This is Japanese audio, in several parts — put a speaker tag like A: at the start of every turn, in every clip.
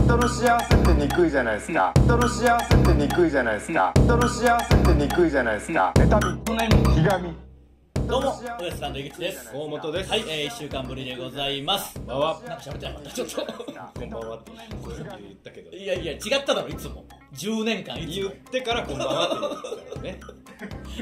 A: 人の幸せってにくいじゃないですか人の幸せってにくいじゃないですか人の幸せってにくいじゃないですか妬みひがみ
B: どうも、ウエストランド井口です。
C: 大本です
B: はい、えー、一週間ぶりでございます。
C: ばんは
B: なんか喋ってなかった、ちょっ
C: こんばんはって言ったけど
B: と。いやいや、違っただろ、いつも。10年間、いつ
C: 言
B: も
C: っ。てからこんばんはって言ったからね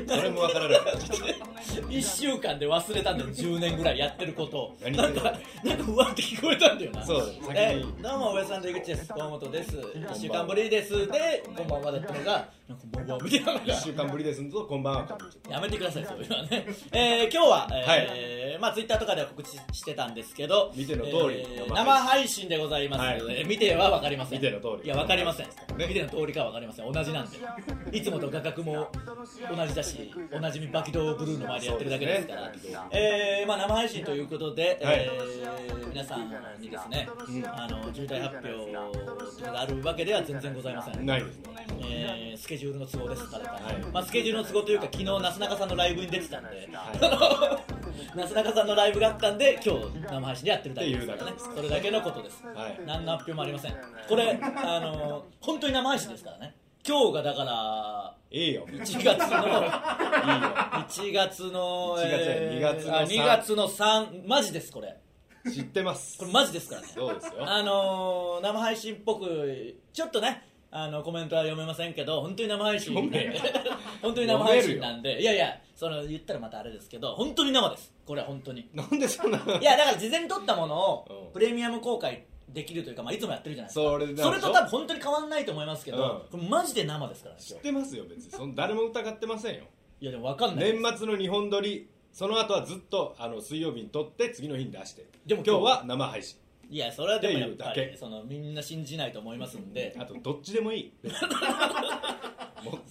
C: それも分からなかった
B: 1週間で忘れたんだよ、10年ぐらいやってることを。
C: 何
B: なんか、なんか、うわって聞こえたんだよな。
C: そう先に
B: えーどうも、ウエストランド井口です。大本です。一週間ぶりです。で、こんばんはだったのが、なんか、こんばんはみたいなのが
C: 1週間ぶりですんとこんばんは
B: やめてください、そういうのはね。えー、今日は、えーまあ、ツイッターとかでは告知してたんですけど、
C: 見ての通り
B: えー生配信でございますので、
C: はい
B: 見ては分かりません。
C: 見ての通り
B: いや、分かりません。
C: ね
B: 見ての通りかは分かりません。同じなんで。いつもと画角も同じだし、おなじみバキドーブルーの前でやってるだけですから。
C: そうですね
B: えーまあ、生配信ということで、
C: はい
B: えー皆さんにですね、あの重大発表があるわけでは全然ございません。
C: ないですね
B: えースケジュールの都合ですから、
C: はい
B: まあ、スケジュールの都合というか昨日なすなかさんのライブに出てたんで、 なすなかさんのライブがあったんで今日生配信でやってるだけですから
C: って
B: ね
C: いうだけです
B: それだけのことです、
C: はい
B: 何の発表もありませんこれあの本当に生配信ですからね今日がだから
C: いいよいいよ
B: 1月の1月の
C: 1月
B: え
C: 2月
B: ー
C: の
B: あ
C: 3
B: 2月の3マジですこれ
C: 知ってます
B: これマジですからね
C: そうですよ
B: あのー、生配信っぽくちょっとねあのコメントは読めませんけど本当に生配信
C: 読め
B: で本当に生配信なんでいやいやその言ったらまたあれですけど本当に生ですこれは本当に
C: なんでそんない
B: やだから事前に撮ったものを
C: うん
B: プレミアム公開できるというか、まあ、いつもやってるじゃないですか
C: それなんでしょ
B: と多分本当に変わんないと思いますけど、これマジで生ですからね
C: 知
B: 今
C: っ
B: 日
C: てますよ別にそん誰も疑ってませんよ
B: いやでも分かんない
C: 年末の日本撮りその後はずっとあの水曜日に撮って次の日に出して
B: でも今
C: 今
B: 日
C: 日は生配信
B: いやそれはでもやっぱ
C: っていう
B: り
C: だけ
B: そのみんな信じないと思いますんで
C: あとどっちでもい いも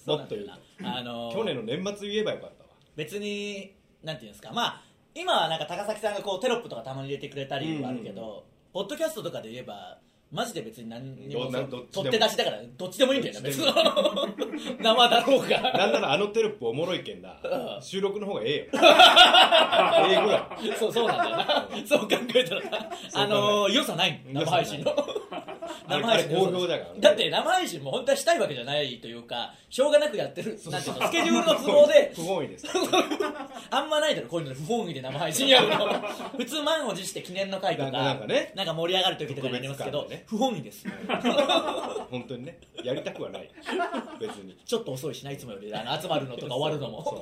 B: そう
C: も
B: な
C: っ
B: んだ
C: と言う
B: よなあの
C: と
B: ー
C: 去年の年末言えばよかったわ
B: 別になんていうんですかまあ今はなんか高崎さんがこうテロップとかたまに入れてくれたりはあるけど、ポッドキャストとかで言えばマジで別に何にも
C: どなどっちでも
B: 取って出しだからどっちでもいいんだよな
C: どっ
B: 別
C: ち
B: に
C: で も
B: 生だろうが
C: なんならあのテロップおもろいけんな
B: うん
C: 収録の方が ええよええぐら
B: そうそうなんだよなそう考えたらあのー良さないの生
C: 良さな
B: 配
C: い
B: 信の
C: あれ
B: 生配信の良さ
C: 好評だからね
B: だって生配信も本当はしたいわけじゃないというかしょうがなくやってる
C: そう
B: なんて
C: そ
B: いううのスケジュールの都合 で
C: 不本意です
B: あんまないだろこういうの不本意で生配信やるの普通満を持して記念の会とか
C: なんかね
B: なんか盛り上がる時とかにやりますけど、
C: 特別感でね
B: 不本意です
C: 本当にねやりたくはない別に
B: ちょっと遅いしないつもよりあの集まるのとか終わるのも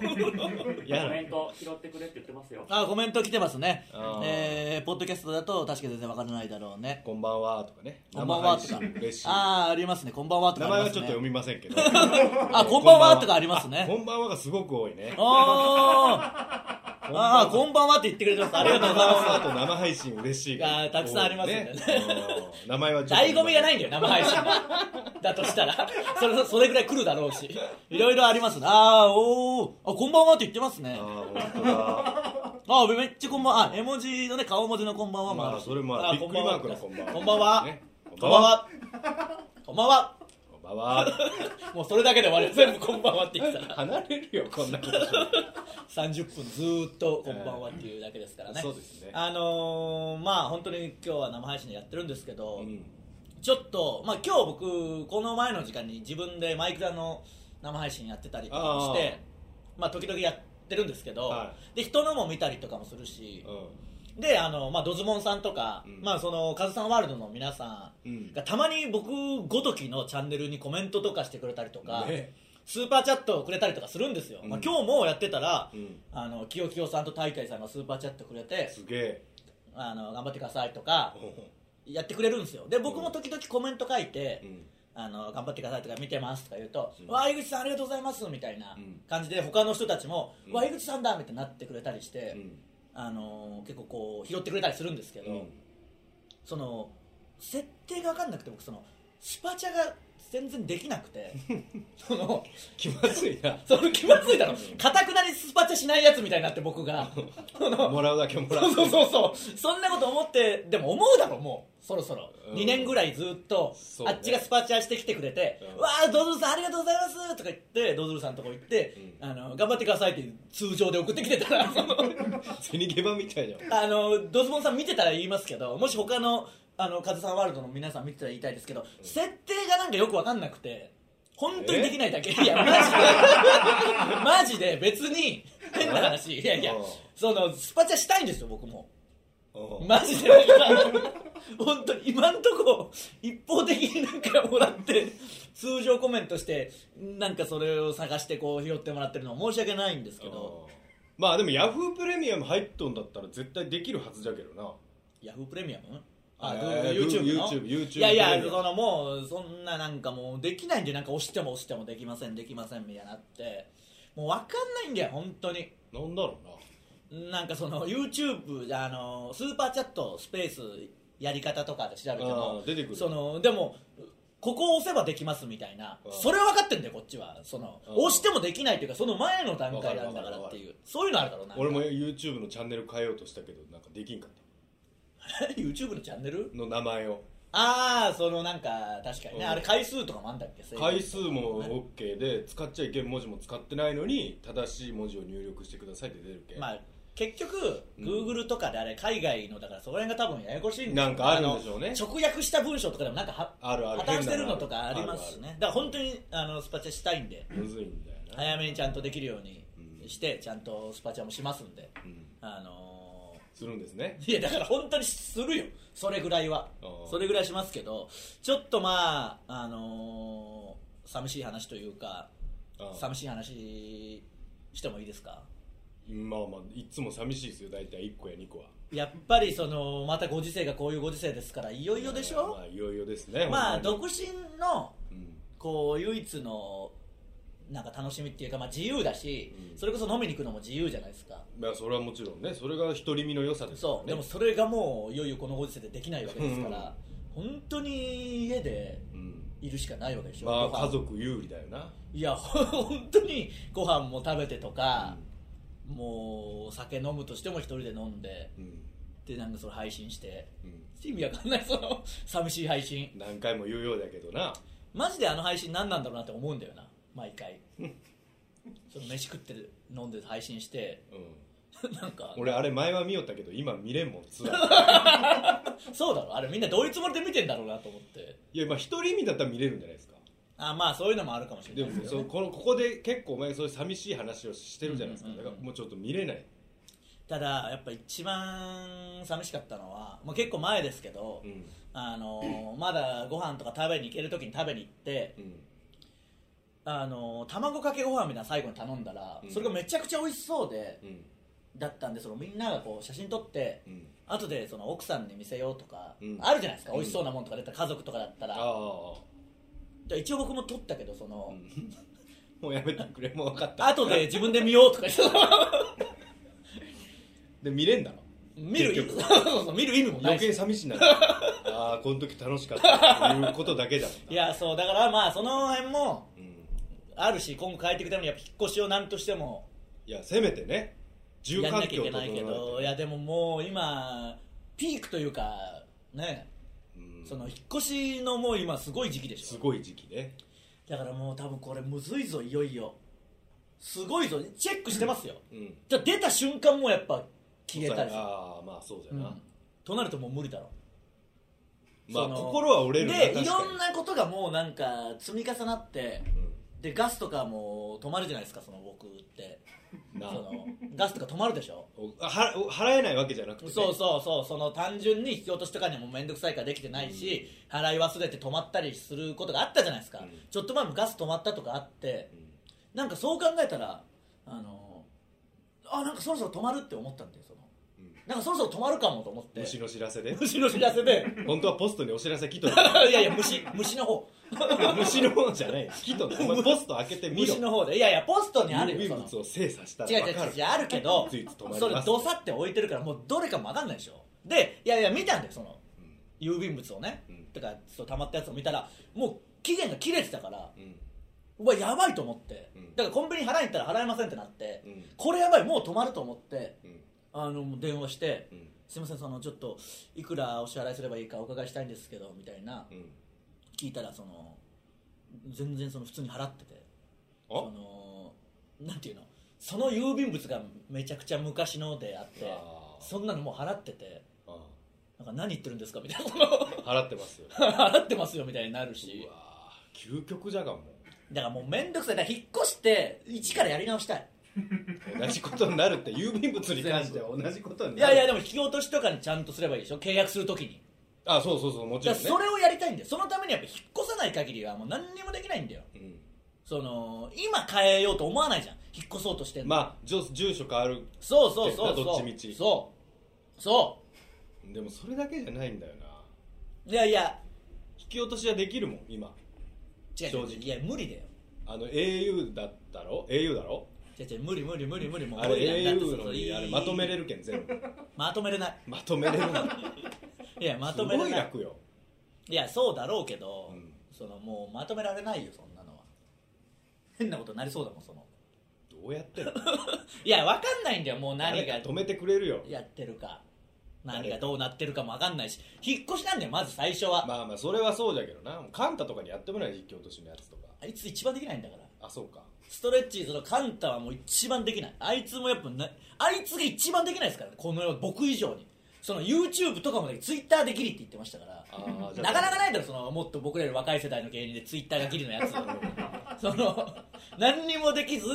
C: やだ
D: コメント拾ってくれって言ってますよ。
B: あコメント来てますね
C: あー
B: えーポッドキャストだと確か全然わからないだろうね
C: こんばんはとかね
B: こんばんはとか
C: 生配信嬉しい名
B: ああありますねこんばんはとかあ
C: 前
B: り
C: は
B: ま
C: ちょっ
B: すね
C: と読みませんけど
B: あこんばんはとかありますね
C: こんばんはがすごく多 いね
B: あーあーこんばんはって言ってくれてますありがとうございます
C: こんばんはと生配信嬉しい
B: あーたくさんありますんでね
C: うん名前はちょっと
B: 醍醐味がないんだよ生配信はだとしたらそれそれぐらい来るだろうしいろいろありますねあーおーあこんばんはって言ってますね
C: あー本当 だ
B: あめっちゃこんばんはあ絵文字のね顔文字のこんばんはもある
C: まあそれもあるびっくりマークのこんばんは
B: こんばんは、
C: ね
B: こんばんはこんばんは
C: こんばんは
B: もうそれだけで終わり全部こんばんはって言ってたら
C: 離れ るよこんなことして
B: 30分ずーっとこんばんはっていうだけですからね、
C: そうですね
B: あのー、まあ本当に今日は生配信でやってるんですけど、
C: うん
B: ちょっと、まあ、今日僕この前の時間に自分でマイクラの生配信やってたりとかもしてまあ、時々やってるんですけど、
C: は
B: で人のも見たりとかもするし
C: う
B: であの、まあ、ドズモンさんとか、
C: うん
B: まあ、そのカズさんワールドの皆さ
C: んうんん
B: がたまに僕ごときのチャンネルにコメントとかしてくれたりとか、
C: ね
B: スーパーチャットをくれたりとかするんですよ、
C: うん
B: まあ、今日もやってたら、
C: うん
B: あのきよきよさんと大海さんがスーパーチャットくれて
C: すげえ
B: あの頑張ってくださいとかやってくれるんですよで僕も時々コメント書いて、
C: うん
B: あの頑張ってくださいとか見てますとか言うと、
C: うん
B: わあ井口さんありがとうございますみたいな
C: うん
B: 感じで他の人たちも、
C: うん
B: わあ井口さんだみたいになってくれたりし
C: う
B: て、
C: ん
B: あのー結構こう拾ってくれたりするんですけど、その設定が分かんなくて僕そのスパチャが全然できなく てその
C: 気まずいな
B: その気まずいだろかたくなにスパチャしないやつみたいになって僕 がその
C: もらうだけもら
B: そううそうそうそうそんなこと思ってでも思うだろもうそろそろ、
C: うん
B: 2年ぐらいずっと、
C: そう
B: あ
C: ね
B: っちがスパチャしてきてくれて「
C: うん
B: わあドズルさんありがとうございます」とか言ってドズルさんのとこ行って、
C: う
B: あの「頑張ってください」って通常で送ってきてた らその
C: 銭ゲバみたいじゃん
B: あのドズボンさん見てたら言いますけどもし他のあのカズさんワールドの皆さん見てたら言いたいですけど、設定がなんかよく分かんなくて本当にできないだけいやマジで マジで別に変な話いやいや
C: うん
B: そのスパチャしたいんですよ僕も
C: うん
B: マジで今 本当に今んとこ一方的になんかもらって通常コメントしてなんかそれを探してこう拾ってもらってるのは申し訳ないんですけど
C: うんまあでもヤフープレミアム入っとんだったら絶対できるはずじゃけどな
B: ヤフープレミアムあ、
C: え
B: どう
C: ー
B: YouTube の
C: YouTube YouTube
B: いやい
C: プ
B: や
C: レミアム
B: そのもうそんななんかもうできないんでなんか押しても押してもできませんできませんみたいになってもう分かんないんだよ本当に
C: なんだろうな
B: なんかその YouTube あのスーパーチャットスペースやり方とかで調べて
C: あ
B: も
C: ー出てくる
B: そのでもここを押せばできますみたいな
C: うん
B: それは分かってんだよこっちはその
C: うん
B: 押してもできないというかその前の段階なんだから
C: わ
B: って
C: かるわかる
B: いうそういうのあるだろうな
C: 俺も YouTube のチャンネル変えようとしたけどなんかできんかっ
B: YouTube のチャンネル
C: たの名前を
B: ああそのなんか確かにね、
C: うん
B: あれ回数とかもあんだっけ制限
C: 回数も OK で使っちゃいけん文字も使ってないのに正しい文字を入力してくださいって出るけん
B: まあ結局
C: うん
B: Google とかであれ海外のだからそこら辺が多分ややこしいんで
C: なんかあるんでしょうね
B: 直訳した文章とかでもなんかは
C: あるある
B: 破綻してるのとかあ
C: 変な
B: り
C: のある
B: ますしねだから本当にあのスパチャしたいんで
C: むずいんだよな、
B: 早めにちゃんとできるように
C: うん
B: して、ちゃんとスパチャもしますんで
C: うん、
B: あの
C: するんですね
B: ーいやだから本当にするよそれぐらいは
C: あー
B: それぐらいしますけどちょっとまああのー寂しい話というか
C: ああ
B: 寂しい話してもいいですか
C: まあまあいつも寂しいですよ大体1個や2個は
B: やっぱりそのまたご時世がこういうご時世ですからいよいよでし
C: ま
B: ょ
C: あいよいよですね
B: まあ
C: ほん
B: 独
C: まに
B: 身の
C: うん
B: こう唯一のなんか楽しみっていうか、まあ、自由だし、
C: うん
B: それこそ飲みに行くのも自由じゃないですか
C: まあそれはもちろんねそれが独り身の良さです
B: そうでも
C: ね
B: それがもういよいよこのご時世でできないわけですから本当に家で
C: うん
B: いるしかないわけでしょ、
C: ま
B: ご
C: あ
B: 飯
C: 家族有利だよない
B: や ほ本当にご飯も食べてとか、もう酒飲むとしても一人で飲んで
C: うん
B: でなんかそれ配信して
C: うん
B: 意味わかんないその寂しい配信
C: 何回も言うようだけどな
B: マジであの配信何なんだろうなって思うんだよな毎 回その飯食ってる飲んで配信して
C: うん
B: なんか
C: 俺あれ前は見よったけど今見れんもんツア ー
B: そうだろあれみんなどういうつもりで見てんだろうなと思って
C: いやまあ独り身だったら見れるんじゃないですか
B: あまあそういうのもあるかもしれ
C: で
B: ない
C: も
B: です
C: そ
B: よ、
C: の
B: ね、
C: このここで結構お前そういう寂しい話をしてるじゃないですか
B: うんうん
C: だ
B: うん
C: からもうちょっと見れない
B: ただやっぱ一番寂しかったのは、まあ、結構前ですけど、
C: うん
B: あのーまだご飯とか食べに行ける時に食べに行って、
C: うん
B: あのー卵かけご飯みたいなの最後に頼んだら、
C: うん
B: それがめちゃくちゃ美味しそうで
C: う、ん
B: だったんでそのみんながこう写真撮って、
C: うん
B: 後でその奥さんに見せようとか、
C: うん
B: あるじゃないですか美味しそうなもんとかだったら家族とかだったら
C: ああ
B: で一応僕も撮ったけどその、
C: うんもうやめてくれもう分かった
B: 後で自分で見ようとか その
C: で見れんだろ
B: 見る意味
C: 結
B: そう
C: 局
B: そうそう見る意味もな
C: 余
B: いし
C: 計寂しいなああこの時楽しかったということだけだもんない
B: やそうだからまあその辺も
C: うん
B: あるし今後変えていくためにやっぱ引っ越しを何としても
C: いやせめてね住
B: やん
C: 環
B: なきゃ
C: 境
B: いけ
C: を整
B: な
C: え
B: い
C: て
B: けどいやでももう今ピークというかね
C: うん
B: その引っ越しのもう今すごい時期でし
C: す
B: ょ
C: ごい時期ね
B: だからもう多分これむずいぞいよいよすごいぞチェックしてますよ、
C: うん
B: じゃあ出た瞬間もやっぱ消えたりする
C: ああまあそうだよ
B: う
C: な、
B: んとなるともう無理だろ
C: まあ
B: その
C: 心は折れるな
B: でい
C: 確か
B: ろ
C: に
B: んなことがもうなんか積み重なってでガスとかも止まるじゃないですかその僕って
C: うん
B: そ
C: なあ
B: のガスとか止まるでしょ
C: おあは払えないわけじゃなくてね、
B: そうそうそうその単純に引き落としとかにも面倒くさいからできてないし、払い忘れて止まったりすることがあったじゃないですか、
C: うん
B: ちょっと前もガス止まったとかあって
C: うん
B: なんかそう考えたらあのあなんかそろそろ止まるって思ったんでその
C: うん
B: なんかそろそろ止まるかもと思って
C: 虫の知らせで
B: 虫の知らせで
C: 本当はポストにお知らせ来 とる
B: いやいや虫虫の方
C: 虫の方じゃない来とるお前ポスト開けてみろ
B: 虫の方でいやいやポストにある
C: 郵
B: よ
C: 便
B: その
C: 物を精査したら
B: 違う違う
C: 分か
B: 違
C: る
B: う違うあるけど
C: いついつ止まります
B: それどさって置いてるからもうどれかも分かんないでしょでいやいや見たんだよその
C: うん
B: 郵便物をね、
C: うん
B: とかそう溜まったやつを見たらもう期限が切れてたから
C: うん
B: うわやばいと思って、
C: うん
B: だからコンビニ払いに行ったら払えませんってなって、
C: うん
B: これやばいもう止まると思って
C: うん
B: あのもう電話して、
C: うん
B: すいませんそのちょっといくらお支払いすればいいかお伺いしたいんですけどみたいな
C: うん
B: 聞いたらその全然その普通に払ってて
C: あ
B: そのなんていうのその郵便物がめちゃくちゃ昔のであって
C: あー
B: そんなのもう払ってて
C: ああ
B: なんか何言ってるんですかみたいなこ
C: 払ってますようわ
B: の払ってますよみたいになるし
C: ー究極じゃがも
B: だからもう面倒くさいだから引っ越して一からやり直したいう
C: 同じことになるって郵便物に関しては同じこと
B: い
C: にな
B: や
C: る
B: いやでも引き落としとかにちゃんとすればいいでしょ契約するときに
C: あそうそうそうも
B: だ
C: ち
B: か
C: ろ
B: ら
C: んね
B: それをやりたいんだよそのためにやっぱ引っ越さない限りはもう何にもできないんだよ
C: う
B: その今変えようと思わないじゃん引っ越そうとしてん
C: ん、
B: の、
C: まあ住住所変わる
B: そうそうそうそう
C: どっちみち
B: そうそ
C: でもそれだけじゃないんだよな
B: ういやいや
C: 引き落としはできるもん今
B: 違う違う
C: 正直
B: いや無理だよ
C: あの au だったろ au だろ
B: 違う違う無理無理無理無理もう
C: あれ
B: 無理だよだってそ
C: au
B: の
C: の
B: い
C: に
B: い
C: あれまとめれるけん全部
B: まとめれない
C: まとめれるのに
B: いやまと
C: す
B: めれな
C: ご
B: い
C: い楽よ
B: いやそうだろうけど、
C: うん
B: そのもうまとめられないよそんなのは変なことになりそうだもんその
C: どうやってんの
B: いやわかんないんだよもう何
C: 誰
B: が
C: か止めてくれるよ
B: やってるか
C: 誰
B: 何がどうなってるかもわかんないし引っ越しなんだよまず最初は、
C: まあまあそれはそうじゃけどなカンタとかにやってもらえ実況落としのやつとか
B: あいつ一番できないんだから
C: あそうか
B: ストレッチーズのカンタはもう一番できないあいつもやっぱなあいつが一番できないですからねこの世僕以上にその YouTube とかもで Twitter でギリって言ってましたから
C: あ ーじゃ
B: な
C: あ
B: かなかないだろそのもっと僕らより若い世代の芸人でツイッターがギリの やつその何にもできず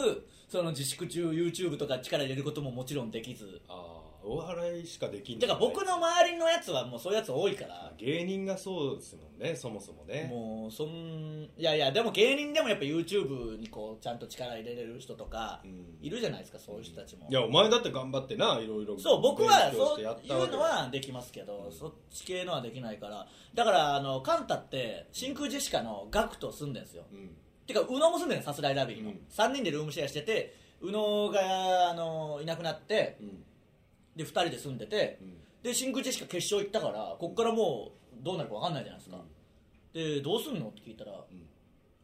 B: その自粛中 YouTube とか力入れることももちろんできず
C: ああお笑いしかできん
B: だから僕
C: の
B: の周りのやつはもうそういうやつ多いから
C: 芸人がそうですもんねそもそもね
B: もうそんいやいやでも芸人でもやっぱ YouTube にこうちゃんと力入れれる人とか
C: うん
B: いるじゃないですか、そういう人たちも
C: いやお前だって頑張ってないろいろ
B: そう僕は
C: 勉強し
B: そう
C: て
B: い
C: や
B: う
C: ったわけ
B: のはできますけど、そっち系のはできないからだからあのカンタって真空ジェシカのガクと住んでるんですよ
C: うん
B: てか宇野も住んでるのさすらいラビーの、
C: うん
B: 3人でルームシェアしてて宇野があのいなくなって
C: うん
B: で2人で住んでて、
C: うん
B: で真空ジェシカ決勝行ったからこっからもうどうなるか分かんないじゃないですか、でどうすんのって聞いたら、
C: ん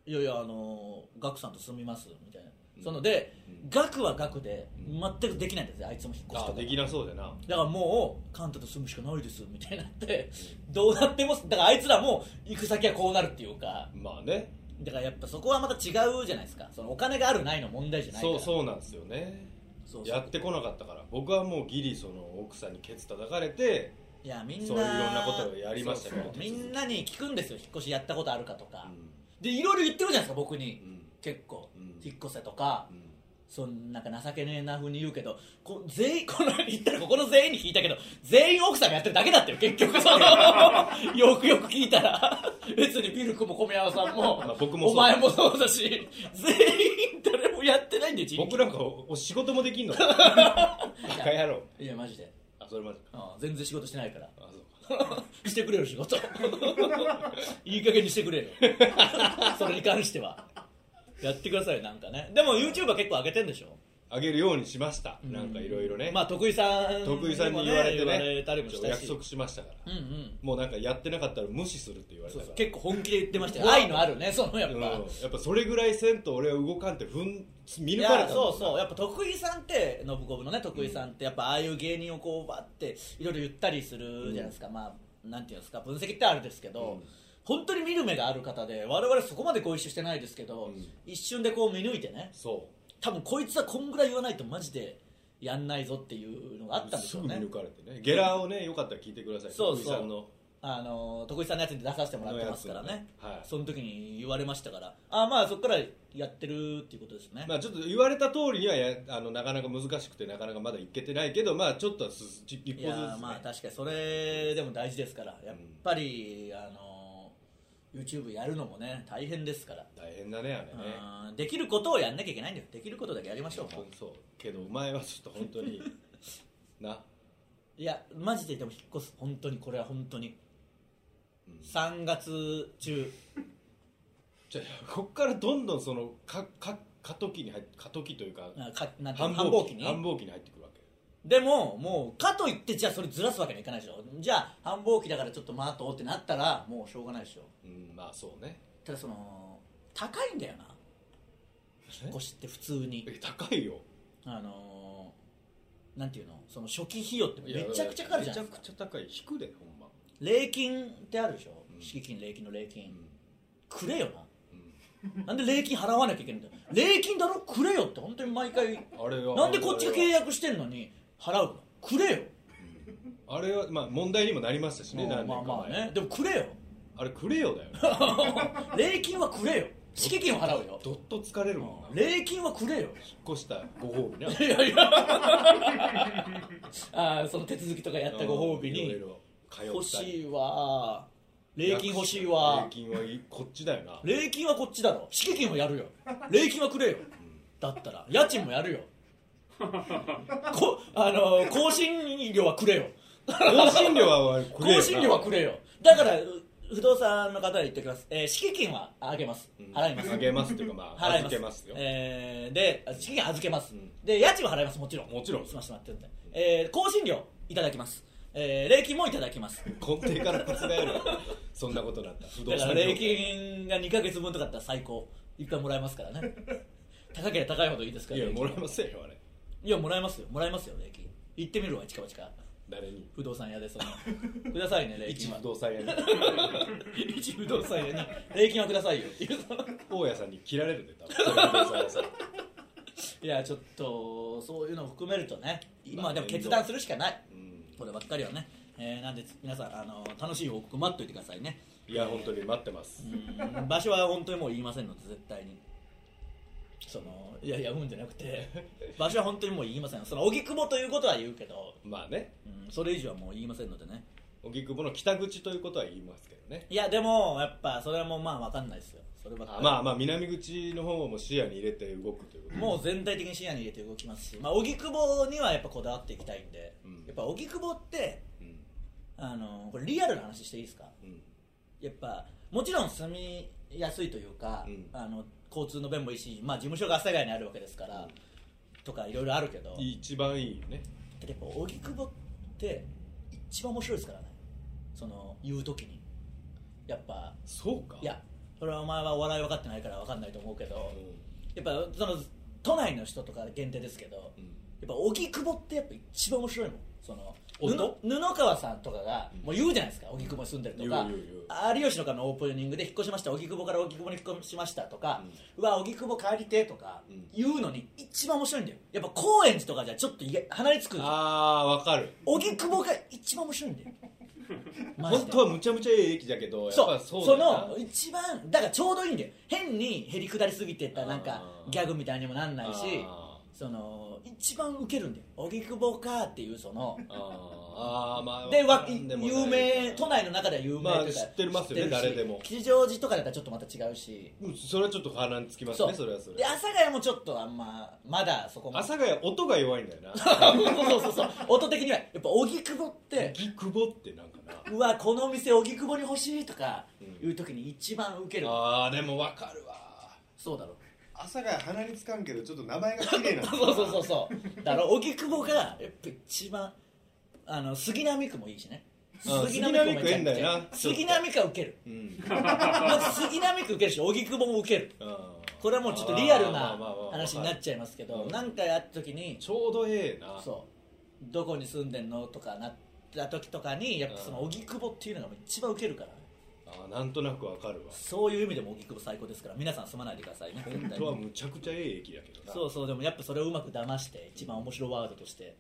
B: いやいやあのガクさんと住みますみたいな、そので、ガクはガクで全くできないんですよあいつも引っ越し
C: あ
B: と
C: あ
B: か
C: できなそうだな
B: だからもうカンタと住むしかないですみたいになってどうなってもだからあいつらも行く先はこうなるっていうか
C: まあね
B: だからやっぱそこはまた違うじゃないですかそのお金があるないの問題じゃないから
C: そうそうなんですよね
B: そうそう
C: やってこなかったから僕はもうギリその奥さんにケツ叩かれて
B: いやみんな
C: そういういろんなことをやりましたけど
B: そうそう
C: 手
B: み
C: 続き
B: んなに聞くんですよ引っ越しやったことあるかとか、
C: うん
B: でいろいろ言ってるじゃないですか僕に、
C: うん
B: 結構、
C: うん
B: 引っ越せとか、
C: うん
B: そんなんか情けねえなふうに言うけどこ全員 この言ったらここの全員に聞いたけど全員奥さんがやってるだけだったよ結局その よくよく聞いたら 別にビル君も米山さんも,、
C: まあ僕もそ
B: お
C: う
B: 前もそうだし全員誰もやってないんで
C: 僕なんかおお仕事もできん のバカ野郎
B: いやマジで、
C: あそれマジか
B: うん、全然仕事してないから
C: あそうか
B: してくれよ仕事 いい加減にしてくれよ それに関してはやってくださいよなんかねでも YouTube は結構上げてんでしょ
C: あげるようにしましたなんかいろいろね
B: まあ徳井さんもね
C: 徳井さんに言われてね
B: 言われたりもし
C: お
B: た
C: 約
B: し
C: 束しましたから
B: うんうん
C: もうなんかやってなかったら無視するって言われた
B: そうそう
C: から
B: 結構本気で言ってましたよ愛のあるねそのやっぱ、
C: うんやっぱそれぐらいせんと俺は動かんってふん見
B: い
C: 抜かれ
B: や
C: た
B: そうそうやっぱ徳井さんってノブコブのね徳井さんってやっぱああいう芸人をこうバっていろいろ言ったりするじゃないですか、まあなんていうんですか分析ってあるですけど、
C: うん
B: 本当に見る目がある方で我々そこまでご一緒してないですけど、
C: うん
B: 一瞬でこう見抜いてね
C: そ
B: 多分こいつはこんぐらい言わないとマジでやんないぞっていうのがあった
C: うん
B: でし
C: す
B: ょ
C: ぐ
B: う
C: 見
B: ね
C: 抜かれてねゲラをねよかったら聞いてください
B: そうそう
C: 徳井さんの
B: あの徳井さんのやつに出させてもらってますから
C: のや
B: ね
C: つねはい
B: その時に言われましたからあまあそこからやってるっていうことですね、
C: まあちょっと言われた通りにはやあのなかなか難しくてなかなかまだいけてないけどまあちょっとはす一歩ずつ
B: い
C: ね
B: やーまあ確かにそれでも大事ですからやっぱり、あの YouTube やるのもね大変ですから、
C: 大変だねあれね
B: うんできることをやんなきゃいけないんだよできることだけやりましょうも
C: そううそうけどお前はちょっと本当にない
B: やマジででも引っ越す本当にこれは本当に、
C: うん
B: 3月中
C: じゃあこっからどんどんそのかか過渡期に入って過渡期というか
B: あかなんていう
C: 繁
B: の
C: 忙期
B: に
C: 繁忙期に入ってくるわけ
B: でももうかといってじゃあそれずらすわけにはいかないでしょじゃあ繁忙期だからちょっと待とうってなったらもうしょうがないでしょ
C: うんまあそうね
B: ただその高いんだよな引っ越しって普通に
C: え高いよ
B: あのー、なんていうのその初期費用ってめちゃくちゃかかるじゃないで
C: めちゃ
B: す
C: く
B: か
C: ちゃ高い引くでほんま
B: 礼金ってあるでしょ
C: うん
B: 敷金礼金の礼金、
C: ん
B: くれよななんで礼金払わなきゃいけないんだよ礼金だろくれよって本当に毎回
C: あれは
B: なんでこっちが契約してんのに払うのくれよ
C: あれはまあ問題にもなりましたしね、
B: まあ
C: 何
B: まあ
C: 年か
B: まあ
C: 前、
B: ねでもくれよ
C: あれくれよだよね
B: 礼金はくれよ敷金を払うよ
C: どっと疲れるもんな引っ
B: 礼金はくれよ
C: 越したご褒美な
B: いやいや あーその手続きとかやったご褒美
C: いろい
B: に
C: ろ通ったり
B: 欲しいわ礼金欲しいわ
C: 礼金はいこっちだよな
B: 礼金はこっちだろ敷金もやるよ礼金はくれよだったら家賃もやるよこあの更新料はくれよ
C: 更新料はくれよな
B: 更新料はくれよだからう不動産の方に言っておきます、えー敷金はあげます
C: うん
B: 払います、
C: あげますっていうかまあ
B: 払います
C: 預けますよ
B: えーで資金預けます、
C: うん
B: で家賃は払いますもちろん
C: もちろん
B: 済ましてもらってるんで、えー、更新料いただきます、えー、礼金もいただきます
C: 根底から覆るよそんなことだった不
B: だ
C: 動
B: か
C: 産
B: ら
C: 業
B: 礼
C: 界
B: 金が2ヶ月分とかだったら最高いっぱいもらえますから ね高ければ高いほどいいですか
C: い
B: ら
C: や
B: 礼金
C: もらえませんよあれ
B: いやもらえますよもらえますよ礼金行ってみるわ一か八か
C: 誰に
B: 不動産屋でそ のくださいね礼
C: 一
B: 金は
C: 不動 産屋に
B: 一不動産屋に礼金はくださいよっていうその
C: 大家さんに切られるで多分その不動産屋さん
B: いやちょっとそういうのを含めるとね今
C: まあ
B: でも決断するしかない
C: うん
B: こればっかりはね、えーなんで皆さんあの楽しい報告待っといてくださいね
C: いや本当に待ってます
B: うん場所は本当にもう言いませんので絶対にそのいやいやうんじゃなくて場所は本当にもう言いませんその荻窪ということは言うけど、
C: まあね
B: うん、それ以上はもう言いませんのでね
C: 荻窪の北口ということは言いますけどね
B: いやでもやっぱそれはもうまあ分かんないですよそればっかり
C: まあまあ南口の方も視野に入れて動くということで
B: もう全体的に視野に入れて動きますし、まあ、荻窪にはやっぱこだわっていきたいんで、
C: うん
B: やっぱ荻窪って
C: うん
B: あのこれリアルな話していいですか
C: うん
B: やっぱもちろん住みやすいというか、
C: うん
B: あの交通の便もいいし、まあ、事務所が阿佐ヶ谷にあるわけですから、とかいろいろあるけど
C: 一番いいよね
B: だってやっぱ荻窪って一番面白いですからねその言う時にやっぱ
C: そうか
B: いやそれはお前はお笑い分かってないから分かんないと思うけど
C: う、
B: やっぱその都内の人とか限定ですけど、
C: ん
B: やっぱ荻窪ってやっぱ一番面白いもんその
C: 音
B: 布布川さんとかが
C: うん
B: もう言うじゃないですか荻窪に住んでるとか
C: 言う言う
B: 有吉のかのオープニングで引っ越しました荻窪から荻窪に引っ越しましたとか
C: うん、
B: うわ荻窪帰りてとか
C: うん
B: 言うのに一番面白いんだよやっぱ高円寺とかじゃちょっといや離れつくんだよ
C: ああわかる
B: 荻窪が一番面白いん だよマジで
C: 本当はむちゃむちゃええ駅だけどやっ
B: そう
C: ぱ
B: そ
C: そうだよな
B: の一番だからちょうどいいんだよ変にへりくだりすぎてったらなんか
C: あー
B: ギャグみたいにもなんないし
C: あ
B: その一番ウケるんだよ荻窪かっていうその
C: ーあーまあ
B: でわ
C: わかんでもない
B: 有名都内の中では有名というか、
C: まあ知ってますよ
B: 知ってる
C: ね
B: し
C: 誰でも
B: 吉祥寺とかだったらちょっとまた違うし
C: うんそれはちょっと鼻につきますねそれはそれ
B: で阿佐ヶ谷もちょっとあんままだそこ
C: 阿
B: まで
C: 佐ヶ谷音が弱いんだよな
B: そうそうそうそう音的にはやっぱ荻窪って
C: 荻窪ってなんか な
B: うわこのお店荻窪に欲しいとかいう時に一番ウケる、
C: ああでもわかるわ
B: そうだろ
A: 朝が鼻につかんけどちょっと名前が綺麗な
B: そうそうそうそうだから 荻窪がやっぱ一番あの杉並区もいいしね
C: うん
B: もめちゃくちゃ
C: 杉並区いいんだよな
B: 杉並区はウケる
C: うん
B: まず杉並区受けるし荻窪も受けるこれはもうちょっとリアル
C: あー
B: な
C: まあまあまあ
B: 話になっちゃいますけ
C: は
B: ど
C: い
B: 何かやった時に
C: ちょうどええな
B: そうどこに住んでんのとかなった時とかにやっぱその荻窪っていうのが一番受けるから
C: あーなんとなくわかるわ
B: そういう意味でも荻窪最高ですから皆さん住まないでくださいね
C: 本当はむちゃくちゃええ駅だけどな
B: そうそうでもやっぱそれをうまく騙して一番面白ワードとして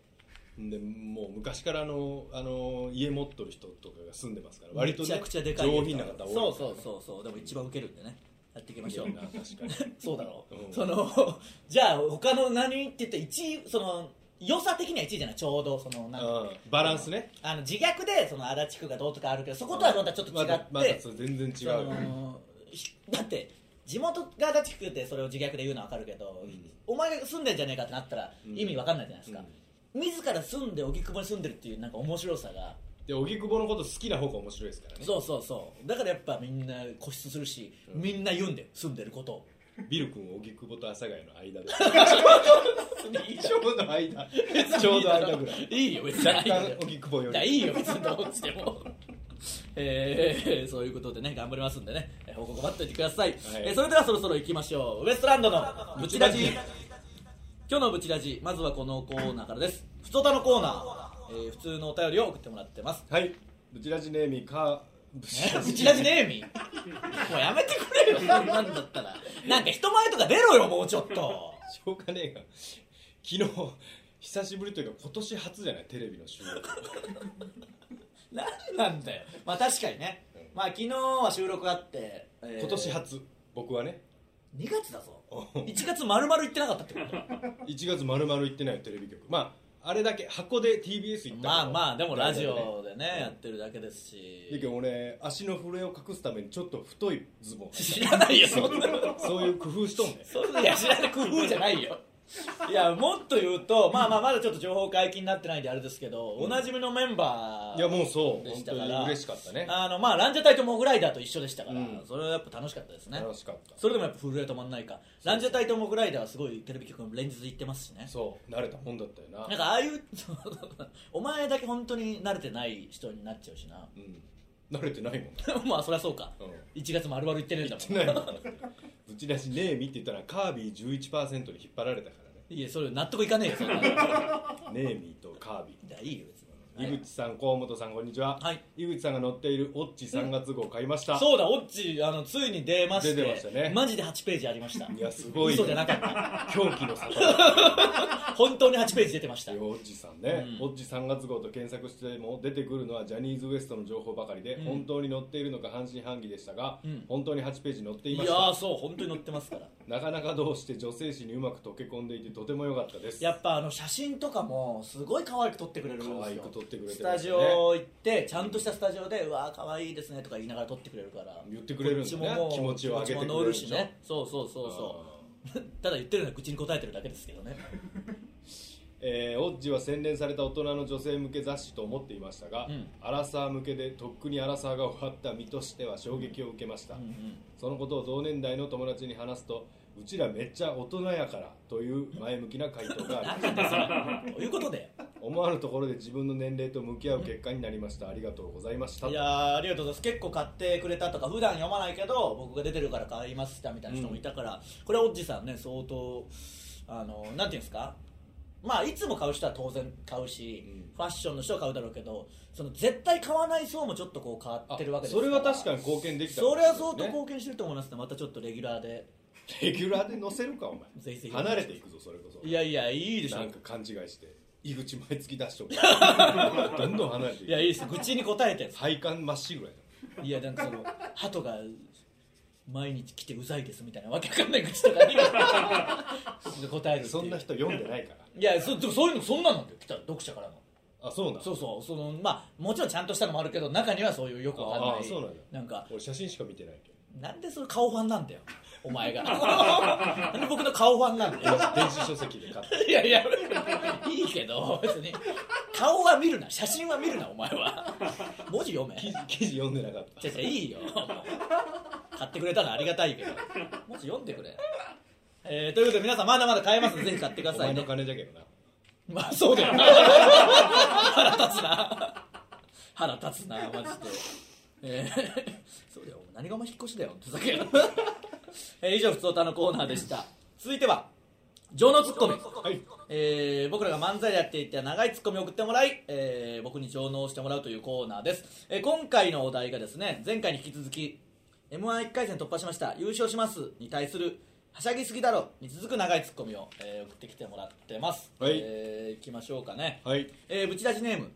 C: でもう昔からあのあの家持っとる人とかが住んでますから割と、ね、
B: めちゃくちゃでかい
C: 上品な方多い
B: そうそうそうそうでも一番受けるんでねやっていきましょう
C: いいな確かに
B: そうだろう、
C: うん
B: その じゃあ他の何って言って1位その良さ的には1位じゃないちょうどそのなんか
C: うんバランスね
B: あの自虐でその足立区がどうとかあるけどそことはまたちょっと違って、
C: またまたそれ全然違う
B: そのひだって地元が足立区でそれを自虐で言うのは分かるけど、
C: ん
B: お前が住んでんじゃねえかってなったら
C: うん
B: 意味分かんないじゃないですか、自ら住んで荻窪に住んでるっていうなんか面白さが
C: で荻窪のこと好きな方が面白いですからね
B: そうそうそうだからやっぱみんな固執するし、
C: うん
B: みんな言うんだよ住んでることを
C: ビル君荻窪と阿佐ヶ谷の間で
B: いい
C: ちょうど間ちょうど間ぐらい
B: いいよ別に
C: 若干荻窪よ
B: いやい
C: り
B: いよ別にどっちでも えー、そういうことでね頑張りますんでねえー報告待っておいてください、えーそれではそろそろ行きましょうウエストランドのブチラジ今日のブチラジまずはこのコーナーからですふつおたのコーナー、えー普通のお便りを送ってもらってます
C: はいブチラジネーミーかブ
B: えブチラジネーミーもうやめてくれよそんなんだったらなんか人前とか出ろよもうちょっと
C: しょうがねえが昨日久しぶりというか今年初じゃないテレビの収録
B: 何なんだよまあ確かにね、まあ昨日は収録あって、えー
C: 今年初僕はね
B: 2月だぞ1月丸々行ってなかったってこと
C: 1月丸々行ってないよテレビ局まああれだけ箱で TBS 行った
B: まあまあでもラジ
C: だ
B: オでね、
C: うん
B: やってるだけです
C: け
B: し
C: ど俺足の震えを隠すためにちょっと太いズボン
B: 知らないよ そんな
C: そういう工夫しとんね
B: そんないや知らない工夫じゃないよいやもっと言うとまあまあまだちょっと情報解禁になってないんであれですけど、おなじみのメンバー
C: いやもうそう
B: でし
C: 本
B: た
C: 当
B: から
C: に嬉しかったね
B: あのまあランジャタイとモグライダーと一緒でしたから、
C: うん
B: それはやっぱ楽しかったですね
C: 楽しかった
B: それでもやっぱ震え止まんないかランジャタイとモグライダーはすごいテレビ局も連日行ってますしね
C: そう慣れたもんだったよな
B: なんかああいう お前だけ本当に慣れてない人になっちゃうしな
C: うん慣れてないも ん
B: まあそりゃそうか、
C: うん
B: 1月丸々行ってるんだ もん
C: ないもんだってぶち出しねえみって言ったらカービィ11%に引っ張られたか
B: いやそれ納得いかねえよそん なのいや
C: らねねえみとカービィ
B: いいよ別に、
C: 井口さん、河本さん、こんにちは。
B: はい
C: 井口さんが乗っているオッチ3月号買いました。
B: そうだオッチあのついに出まして
C: 出てましたね
B: マジで8ページありました
C: いや、すごい。
B: 嘘じゃなかった
C: 狂気の沙汰。
B: 本当に8ページ出てました
C: いやオッチさんね、
B: うん
C: オッチ3月号と検索しても出てくるのはジャニーズ WEST の情報ばかりで、
B: うん
C: 本当に載っているのか半信半疑でしたが、
B: うん
C: 本当に8ページ載ってい
B: い
C: ま
B: や
C: した
B: ーそう本当に載ってますから
C: なかなかどうして女性誌にうまく溶け込んでいてとても良かったです
B: やっぱあの写真とかもすごい可愛く撮ってくれるんですよ
C: 可愛く撮ってくれて
B: ス
C: ま
B: タ
C: す
B: ジ
C: ね
B: オ行ってちゃんとしたスタジオで「うわー可愛いですね」とか言いながら撮ってくれるから
C: 言ってくれるんだ
B: こっち
C: ね
B: ももう
C: 気持ちを上げてくれるんで
B: こっちも
C: しょ
B: 乗るしねそうそうそうそううただ言ってるのは口に答えてるだけですけ どね
C: えーオッジは洗練された大人の女性向け雑誌と思っていましたが、
B: うん
C: アラサー向けでとっくにアラサーが終わった身としては衝撃を受けました、そのことを同年代の友達に話すとうちらめっちゃ大人やからという前向きな回答がありました
B: と いうことで
C: 思わぬところで自分の年齢と向き合う結果になりましたありがとうございました
B: いやーありがとうございます結構買ってくれたとか普段読まないけど僕が出てるから買いましたみたいな人もいたから、これはオッジさんね相当あのなんていうんですかまあいつも買う人は当然買うし、
C: うん
B: ファッションの人は買うだろうけどその絶対買わない層もちょっとこう変わってるわけです
C: それは確かに貢献できた
B: それは相当
C: ね
B: 貢献してると思いますねまたちょっとレギュラーで
C: レギュラーで載せるかお前
B: ぜひぜひ
C: 離れていくぞそれこそ
B: いやいやいいでしょ
C: なんか勘違いして井口毎月出 しとくどんどん離れてい
B: い
C: く
B: やいいです愚痴に答えて
C: 体感まっしぐらいだ
B: いやなんかその鳩が毎日来てうざいですみたいなわけわかんない愚痴とかに答えるっていう
C: そんな人読んでないから
B: いやそでもそういうのそんなんなんだよ来た読者からの
C: あそうなの
B: そうそうそのまあもちろんちゃんとしたのもあるけど中にはそういうよくわかんな
C: あ
B: い
C: ーそうなんだ
B: なんか
C: 俺写真しか見てないけど
B: なんでそれ顔ファンなんだよお前 がなんで僕の顔ファンなんだよ
C: 電子書籍で買った
B: いやいやいいけど別に顔は見るな写真は見るなお前は文字読め
C: 記事 記事読んでなかった
B: じゃじゃいいよ買ってくれたのありがたいけど文字読んでくれえー、ということで皆さんまだまだ買えますのでぜひ買ってくだ
C: お
B: さ
C: 前
B: いね
C: の金じゃけどな
B: まあそうだよな腹立つな腹立つなマジで、えー、そうだよお前何がお前引っ越しだよふざけやがってえー以上ふつおたのコーナーでした続いては情のツッコミ
C: はい
B: えー僕らが漫才でやっていて長いツッコミを送ってもらい、えー僕に上納してもらうというコーナーです、えー今回のお題がですね前回に引き続き m 1 1回戦突破しました優勝しますに対するはしゃぎすぎだろに続く長いツッコミを、えー送ってきてもらってます、
C: はい
B: えーいきましょうかね、
C: はい
B: えーぶち出しネーム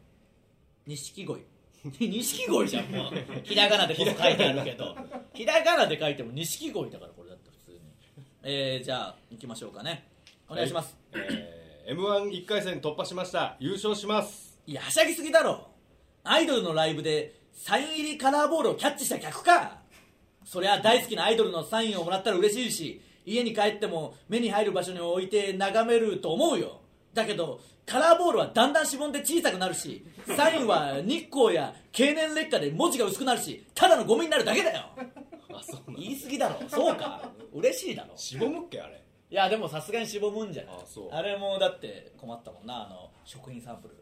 B: 錦鯉 錦鯉じゃん もうひらがなでこそ書いてあるけどひらがなで書いても錦鯉だからこれだって普通に、えーじゃあいきましょうかねお願いします、
C: はいえー M11 回戦突破しました優勝します
B: いや、はしゃぎすぎだろアイドルのライブでサイン入りカラーボールをキャッチした客かそりゃ大好きなアイドルのサインをもらったら嬉しいし家に帰っても目に入る場所に置いて眺めると思うよだけどカラーボールはだんだんしぼんで小さくなるしサインは日光や経年劣化で文字が薄くなるしただのゴミになるだけだよ
C: あそうなの
B: 言い過ぎだろそうか嬉しいだろ
C: しぼむっけあれ
B: いやでもさすがにしぼむんじゃない
C: あそう
B: あれもだって困ったもんなあの食品サンプル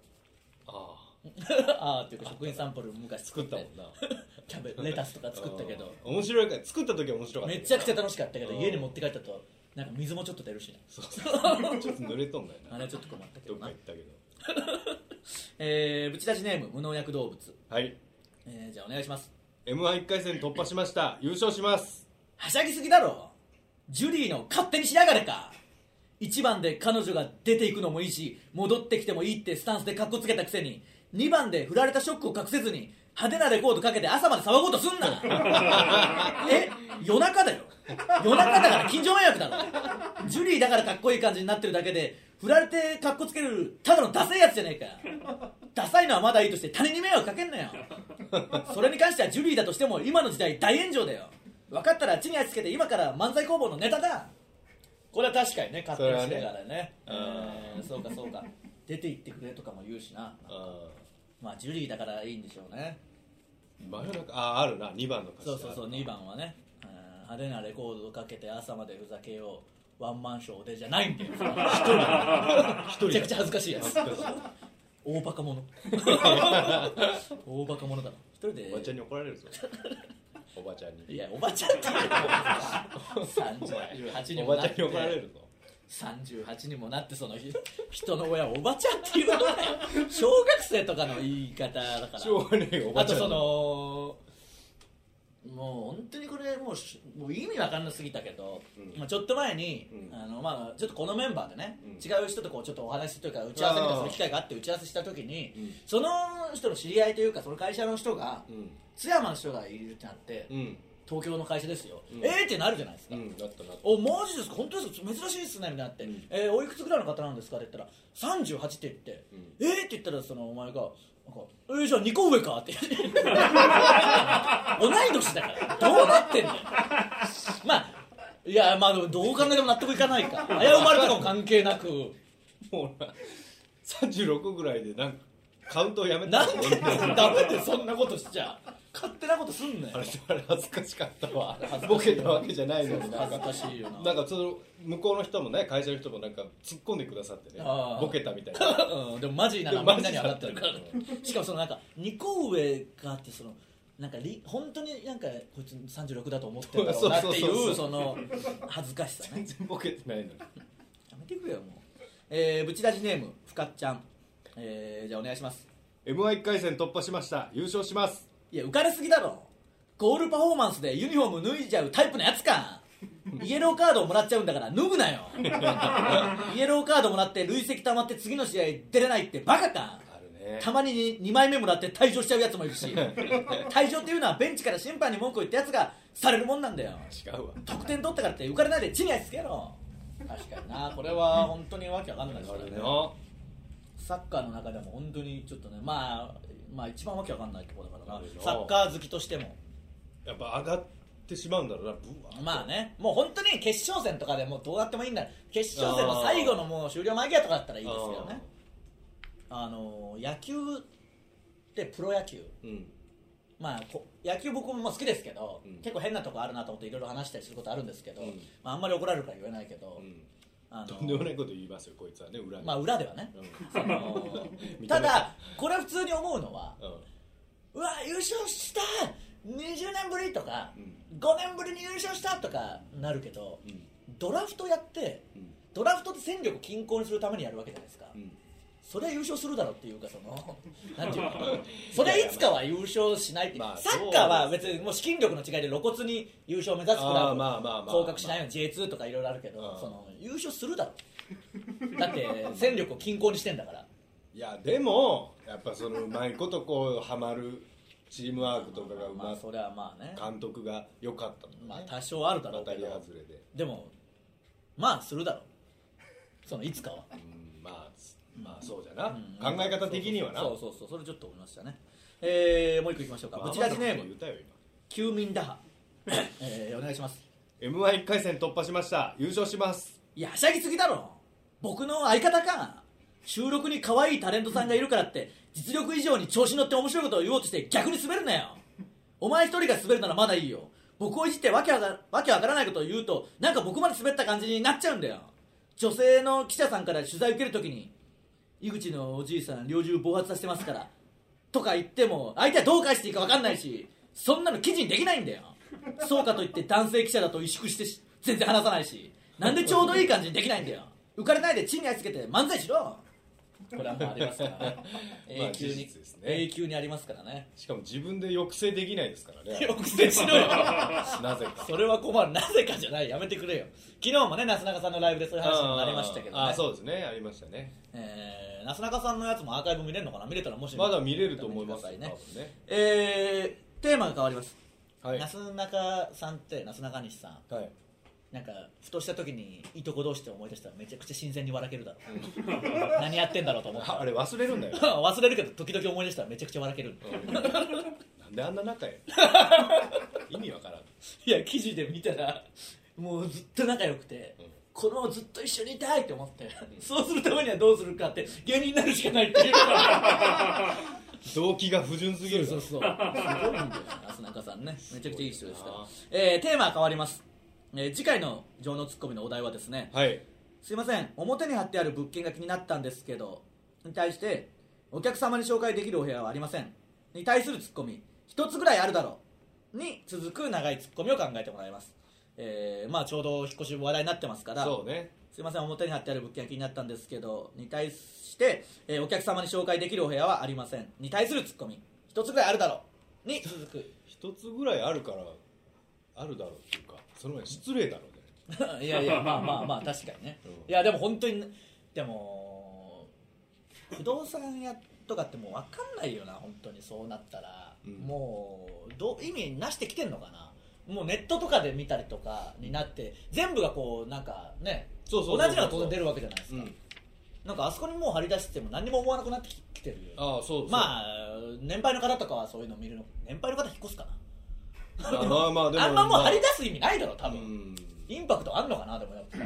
C: ああ
B: ああっていうか食品サンプル昔作
C: 作
B: っ
C: ったた
B: も
C: も
B: ん
C: んな
B: キャ ベレタスとか作ったけど
C: うん面白いから作った時は面白かっ
B: め
C: たけど
B: ちゃくちゃ楽しかったけど
C: うん
B: 家に持って帰ったとなんか水もちょっと出るしね
C: そうそう ちょっと濡れとんだよ
B: あ
C: な
B: れはちょっと困ったけ
C: ど
B: ど
C: っか
B: な
C: 行ったけど
B: えーぶち出しネーム無農薬動物
C: はい
B: えーじゃあお願いします
C: m 1 1回戦突破しました優勝します
B: はしゃぎすぎだろジュリーの勝手にしやがれか1番で彼女が出ていくのもいいし戻ってきてもいいってスタンスでカッコつけたくせに2番で振られたショックを隠せずに派手なレコードかけて朝まで騒ごうとすんなえ夜中だよ夜中だから近所迷惑だろジュリーだからかっこいい感じになってるだけで振られてかっこつけるただのダサいやつじゃねえかよダサいのはまだいいとして他人に迷惑かけんなよそれに関してはジュリーだとしても今の時代大炎上だよ分かったら地に足つけて今から漫才工房のネタだこれは確かにね勝手にしながらね
C: それはね
B: うんそうかそうか出て行ってくれとかも言うしな
C: あ
B: まあジュリーだからいいんでしょうね
C: ー真夜中あーあるな2番の歌詞
B: そうそうそう2
C: 二
B: 番はねうん派手なレコードをかけて朝までふざけようワンマンショーでじゃないんだよそれは一人めちゃくちゃ恥ずかしいやつ大バカ 者大バカ者だろ一人で
C: おばちゃんに怒ら れるぞおばちゃんに
B: いやおばちゃんって言うな38に
C: お
B: も
C: ば
B: な
C: ちゃ
B: っ
C: んに怒られ
B: て
C: るぞ
B: 38にもなってそのひ人の親をおばちゃんって言うなよ小学生とかの言い方だから
C: しょうがねえよおば
B: あ
C: ち
B: と
C: ゃん
B: そのもう本当にこれもうしもう意味わかんなすぎたけど、
C: うん
B: まあちょっと前に、
C: うん
B: あのまあ、ちょっとこのメンバーでね、
C: うん
B: 違う人とこうちょっとお話しというか打ち合わせみたいな
C: あー
B: その機会があって打ち合わせした時に、
C: うん
B: その人の知り合いというかその会社の人が、
C: うん
B: 津山の人がいるってなって、
C: うん
B: 東京の会社ですよ、
C: うん
B: えーってなるじゃないですか、
C: うんだったな
B: おマジですか本当ですか珍しいですねみたいになって、
C: うん
B: えーおいくつぐらいの方なんですかって言ったら38って言って、
C: う
B: えー、って言ったらそのお前がなんかえー、じゃあ2個上かって 同い年だからどうなってんだよまあいやまあでもどう考えても納得いかないか危うまれとかも関係なく
C: もうな36ぐらいでなんかカウントをやめた
B: な
C: の
B: んでダメでそんなことしちゃ勝手なことすんなよ
C: あれあれ恥ずかしかったわ
B: 恥ずかしい
C: ボケたわけじゃないのになん
B: 恥ず
C: か
B: かしいよな
C: なんかその向こうの人もね会社の人もなんか突っ込んでくださってね
B: あー
C: ボケたみたいな
B: うん、でもマジなの
C: でも
B: みんなに上が
C: マ
B: っ
C: ジ
B: て
C: だ
B: る
C: った
B: からしかもそのなんか2個上かってそのなんかり本当になんかこいつ36だと思ってるんだろうなって
C: そうそうそ
B: い
C: うそう
B: うその恥ずかしさね
C: 全然ボケてない のに
B: やめてくれよもうえー、ブチラジネームふかっちゃんえー、じゃあお願いします
C: m 1回戦突破しました優勝します
B: いや浮かれすぎだろゴールパフォーマンスでユニフォーム脱いじゃうタイプのやつかイエローカードをもらっちゃうんだから脱ぐなよ イエローカードもらって累積溜まって次の試合出れないってバカか
C: あるね
B: たまに2枚目もらって退場しちゃうやつもいるし退場っていうのはベンチから審判に文句を言ったやつがされるもんなんだよ
C: 違うわ
B: 得点取ったからって浮かれないで地に足つけろ確かになこれは本当にわけわかんないですからね
C: の
B: サッカーの中でも本当にちょっとねまあまあ一番わけわかんないところだからな
C: なるほど
B: サッカー好きとしても
C: やっぱ上がってしまうんだろうなブワー
B: まあねもう本当に決勝戦とかでもうどうやってもいいんだ決勝戦の最後のもう終了間際とかだったらいいですけどねあの野球ってプロ野球
C: うんうん
B: まあ、こ野球僕も好きですけど、
C: うん
B: 結構変なとこあるなと思っていろいろ話したりすることあるんですけど、
C: うん
B: まあ、あんまり怒られるから言えないけど、
C: うん
B: あ
C: とんでも
B: の
C: ないこと言いますよこいつはね裏に
B: まあ裏ではね
C: う、ん
B: その
C: 認め
B: た
C: た
B: だこれは普通に思うのは
C: うん
B: うわ優勝した20年ぶりとか、
C: う
B: 5年ぶりに優勝したとかなるけど、
C: うん
B: ドラフトやって
C: うん
B: ドラフトって戦力を均衡にするためにやるわけじゃないですか、
C: うん
B: それは優勝するだろうっていうかそ のなんていうのそれはいつかは優勝しないって、
C: まあ
B: サッカーは
C: そう
B: 別にもう資金力の違いで露骨に優勝を目指すクラ
C: あー
B: ブ
C: まあまあまあまあ
B: 降格しないように J2 とかいろいろあるけど、
C: うん
B: その優勝するだろうだって戦力を均衡にしてんだから
C: いやでもやっぱそのうまいことこうハマるチームワークとかがう
B: ま
C: ま
B: あそれはまあね
C: 監督が良かったのね
B: まあ多少あるだろう
C: 当た
B: け
C: り
B: ど
C: 外れで
B: でもまあするだろうそのいつかは
C: うんまあすまあそうじゃな
B: うん
C: 考え方的にはな
B: そうそうそうそれちょっと思いましたねえー、もう一個いきましょうか、
C: まあ
B: ブチラジネー
C: 言
B: ム
C: ったよ今
B: 休眠打破、えー、お願いします
C: m 1回戦突破しました優勝します
B: いやはしゃぎすぎだろ僕の相方か収録に可愛いタレントさんがいるからって実力以上に調子乗って面白いことを言おうとして逆に滑るなよお前一人が滑るならまだいいよ僕をいじってわけわかわけわからないことを言うとなんか僕まで滑った感じになっちゃうんだよ女性の記者さんから取材受けるときに井口のおじいさん猟銃暴発させてますからとか言っても相手はどう返していいか分かんないしそんなの記事にできないんだよそうかといって男性記者だと萎縮してし全然話さないしなんでちょうどいい感じにできないんだよ浮かれないで地に足つけて漫才しろこれはもうありますからね
C: ま あ
B: 永久に、
C: 事実ですね
B: 永久にありますからね
C: しかも自分で抑制できないですからね
B: 抑制しろよ
C: なぜか
B: それは困るなぜかじゃないやめてくれよ昨日もねなすなかさんのライブでそういう話にもなりましたけど、ね、
C: あーあーそうですねありましたね
B: えーなすなかさんのやつもアーカイブ見れるのかな見れたらもし
C: まだ見れると思いますよ
B: 見てくださいね
C: 多分ね
B: えー、テーマが変わります、
C: はい
B: なすなかさんってなすなかにしさん
C: はい
B: なんかふとした時にいとこ同士って思い出したらめちゃくちゃ新鮮に笑けるだろう何やってんだろうと思った
C: ああれ忘れるんだよ
B: 忘れるけど時々思い出したらめちゃくちゃ笑ける
C: なんであんな仲や意味わからん
B: いや記事で見たらもうずっと仲良くて、
C: うん
B: このままずっと一緒にいたいって思って、そうするためにはどうするかって芸人になるしかないって いう
C: 動機が不純すぎる
B: そう
C: う
B: そうそうすごいんだよなすなかさんねめちゃくちゃいい人でした
C: すごいな、
B: えーテーマは変わります、えー次回の情のツッコミのお題はですね、
C: はい
B: すいません表に貼ってある物件が気になったんですけどに対してお客様に紹介できるお部屋はありませんに対するツッコミ一つぐらいあるだろうに続く長いツッコミを考えてもらいますえーまあちょうど引っ越しも話題になってますから
C: そうね
B: すいません表に貼ってある物件が気になったんですけどに対して、えーお客様に紹介できるお部屋はありませんに対するツッコミ一つぐらいあるだろうに続く
C: 一つぐらいあるからあるだろうっていうかその前に失礼だろう ね
B: いやいやまあまあまあ確かにね
C: うん
B: いやでも本当にでも不動産屋とかってもう分かんないよな本当にそうなったら、
C: うん
B: もうどう意味なしてきてんのかなもうネットとかで見たりとかになって全部がこうなんかね
C: そうそうそうそう
B: 同じのが当然出るわけじゃないです
C: う
B: か、
C: ん
B: なんかあそこにもう張り出しても何にも思わなくなってきてるよ
C: ああそうそう
B: まあ年配の方とかはそういうの見るの年配の方引っ越すか
C: まあまあまあでも
B: なあんまもう張り出
C: す
B: す意味ないだろ多分、インパクトあんのかなでもやっぱ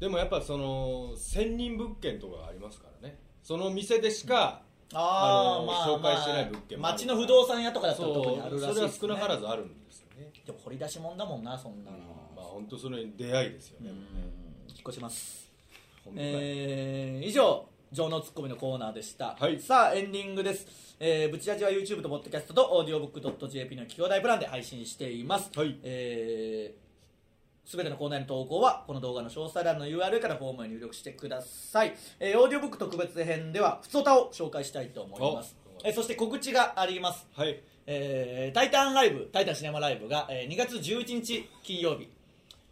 C: でもやっぱその専任物件とかありますからねその店でしか、
B: あー
C: あの
B: まあ
C: 紹介してない物件もある
B: 町の不動産屋とかだったら特
C: そ
B: にあ
C: う
B: るらしい
C: それ
B: で
C: は
B: す、ね、
C: 少なからずあるんですよね、
B: でも掘り出し物だもんなそんなの、
C: まあ本当それ出会いですよ
B: うん
C: ね、
B: 引っ越します、
C: 本当に
B: えー以上情のツッコミのコーナーでした、
C: はい
B: さあエンディングです、えー、ブチラジは YouTube と Podcast と audiobook.jp の企業大プランで配信しています、
C: はい
B: えすべてのコーナーへの投稿はこの動画の詳細欄の URL からフォームへ入力してください、えー、オーディオブック特別編では「ふつおた」を紹介したいと思います
C: お、
B: えーそして告知があります
C: はい
B: えータイタンライブ、タイタンシネマライブが、えー2月11日金曜日、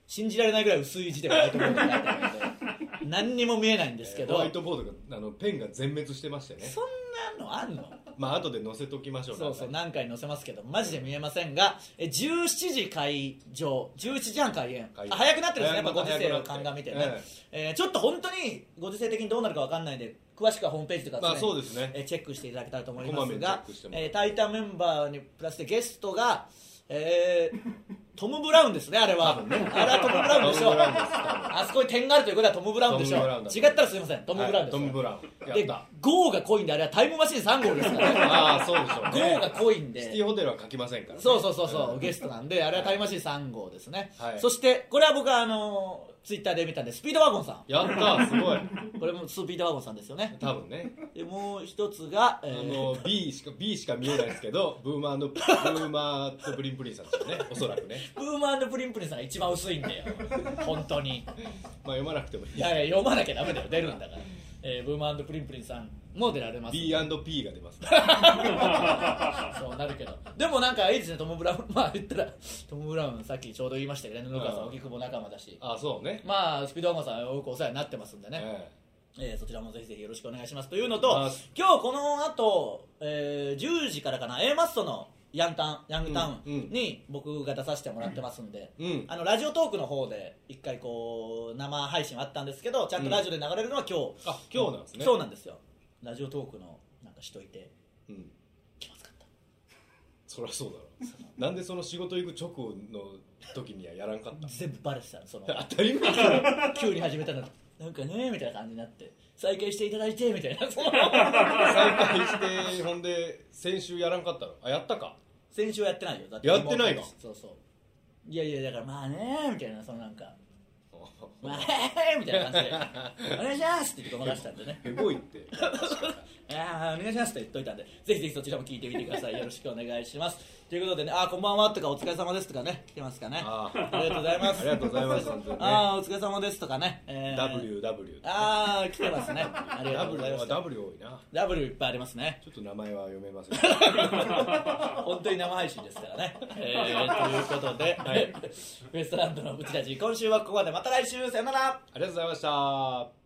B: 信じられないぐらい薄い字でホワイトボードに書いてあるので、何にも見えないんですけど、
C: ホワイトボードがあのペンが全滅してましてね
B: そんなのあんの
C: まあ後で載せときましょう
B: そうそう、
C: なんか
B: 何回載せますけど、マジで見えませんが、えー17時開場、11時半開演、
C: 開演
B: あ早くなってるんですね、やっぱご時世
C: 早くな
B: を
C: って
B: 鑑みてね、
C: え
B: えーちょっと本当にご時世的にどうなるか分かんないんで、詳しくはホームページとか
C: まあ
B: 常に
C: そうですね
B: えーチェックしていただけたらと思い
C: こ
B: ま
C: まめ
B: す
C: にチェッ
B: が
C: クして、もらう
B: えー、タイタンメンバーにプラスでゲストが、えートム・ブラウンですね、あれは。あれはトム・ブラウンでしょ
C: トムブラウンです多分
B: あそこに点があるということはトム・ブラウンでしょ
C: トムブラウンだ
B: 違ったらすいません、トム・ブラウンです、
C: トム・ブラウンやっ
B: で
C: た、
B: ゴーが濃いんで、あれはタイムマシーン3号ですからね。
C: ああそうでしょうね
B: 号が濃いんで
C: シティホテルは書きませんから、ね、
B: そうそうそうそう、
C: ん
B: ゲストなんであれはタイムマシーン3号ですね、
C: はい
B: そしてこれは僕はあのツイッターで見たんでスピードワゴンさん
C: やったすごい
B: これもスピードワゴンさんですよね
C: 多分ね
B: でもう一つが、え
C: あ
B: ー
C: の B しか B しか見えないですけどブーマーのブーマーとプリンプリンさんですよねおそらくね
B: ブーマープリンプリンさんが一番薄いんだよ本当に
C: まあ読まなくてもいい
B: いやいや読まなきゃダメだよ出るんだから、えーブーマープリンプリンさんも出られます
C: B&P が出ますから
B: そうなるけどでもなんかいいですねトム・ブラウン まあ言ったらトム・ブラウンさっきちょうど言いましたけどね布川さん
C: うん
B: 荻窪仲間だし
C: あそうね
B: まあスピードワゴンさんはよくお世話になってますんでね、
C: え
B: えーそちらもぜひぜひよろしくお願いしますというのと
C: お願いします
B: 今日この後、えー10時からかな A マッソのヤンタンヤングタウンに僕が出させてもらってますんで、
C: えうん
B: あのラジオトークの方で一回こう生配信はあったんですけどちゃんとラジオで流れるのは今日、
C: あ今日なんですね
B: そうなんですよラジオトークのなんかしといて
C: うん
B: 気まずかった
C: そりゃそうだろうなんでその仕事行く直後の時にはやらんかった
B: 全部バレてたの その
C: 当たり前だろ
B: 急に始めたのになんかねみたいな感じになって再開していただいてみたいなその
C: 再開してほんで先週やらんかったのあやったか
B: 先週はやってないよだ
C: やってないの
B: そうそういやいやだからまあねみたいなそのなん かまあへへへみたいな感じで「お願いします」って言ってごまかしたんでね
C: エゴいって
B: あーお願いしますって言っといたんでぜひぜひそちらも聞いてみてくだ さいよろしくお願いしますということでねあーこんばんはとかお疲れ様ですとかね来てますかねあ
C: あー
B: りがとうございます
C: ありがとうございます本当にね
B: あーお疲れ様ですとかね、えー
C: WW
B: ああ来てますね ありがとうございま
C: W
B: す
C: は W 多いな
B: W いっぱいありますね
C: ちょっと名前は読め ませんは
B: 本当に生配信ですから ね、えー、ということで、
C: い
B: ウエストランドのブチラジ今週はここまでまた来週さよなら
C: ありがとうございました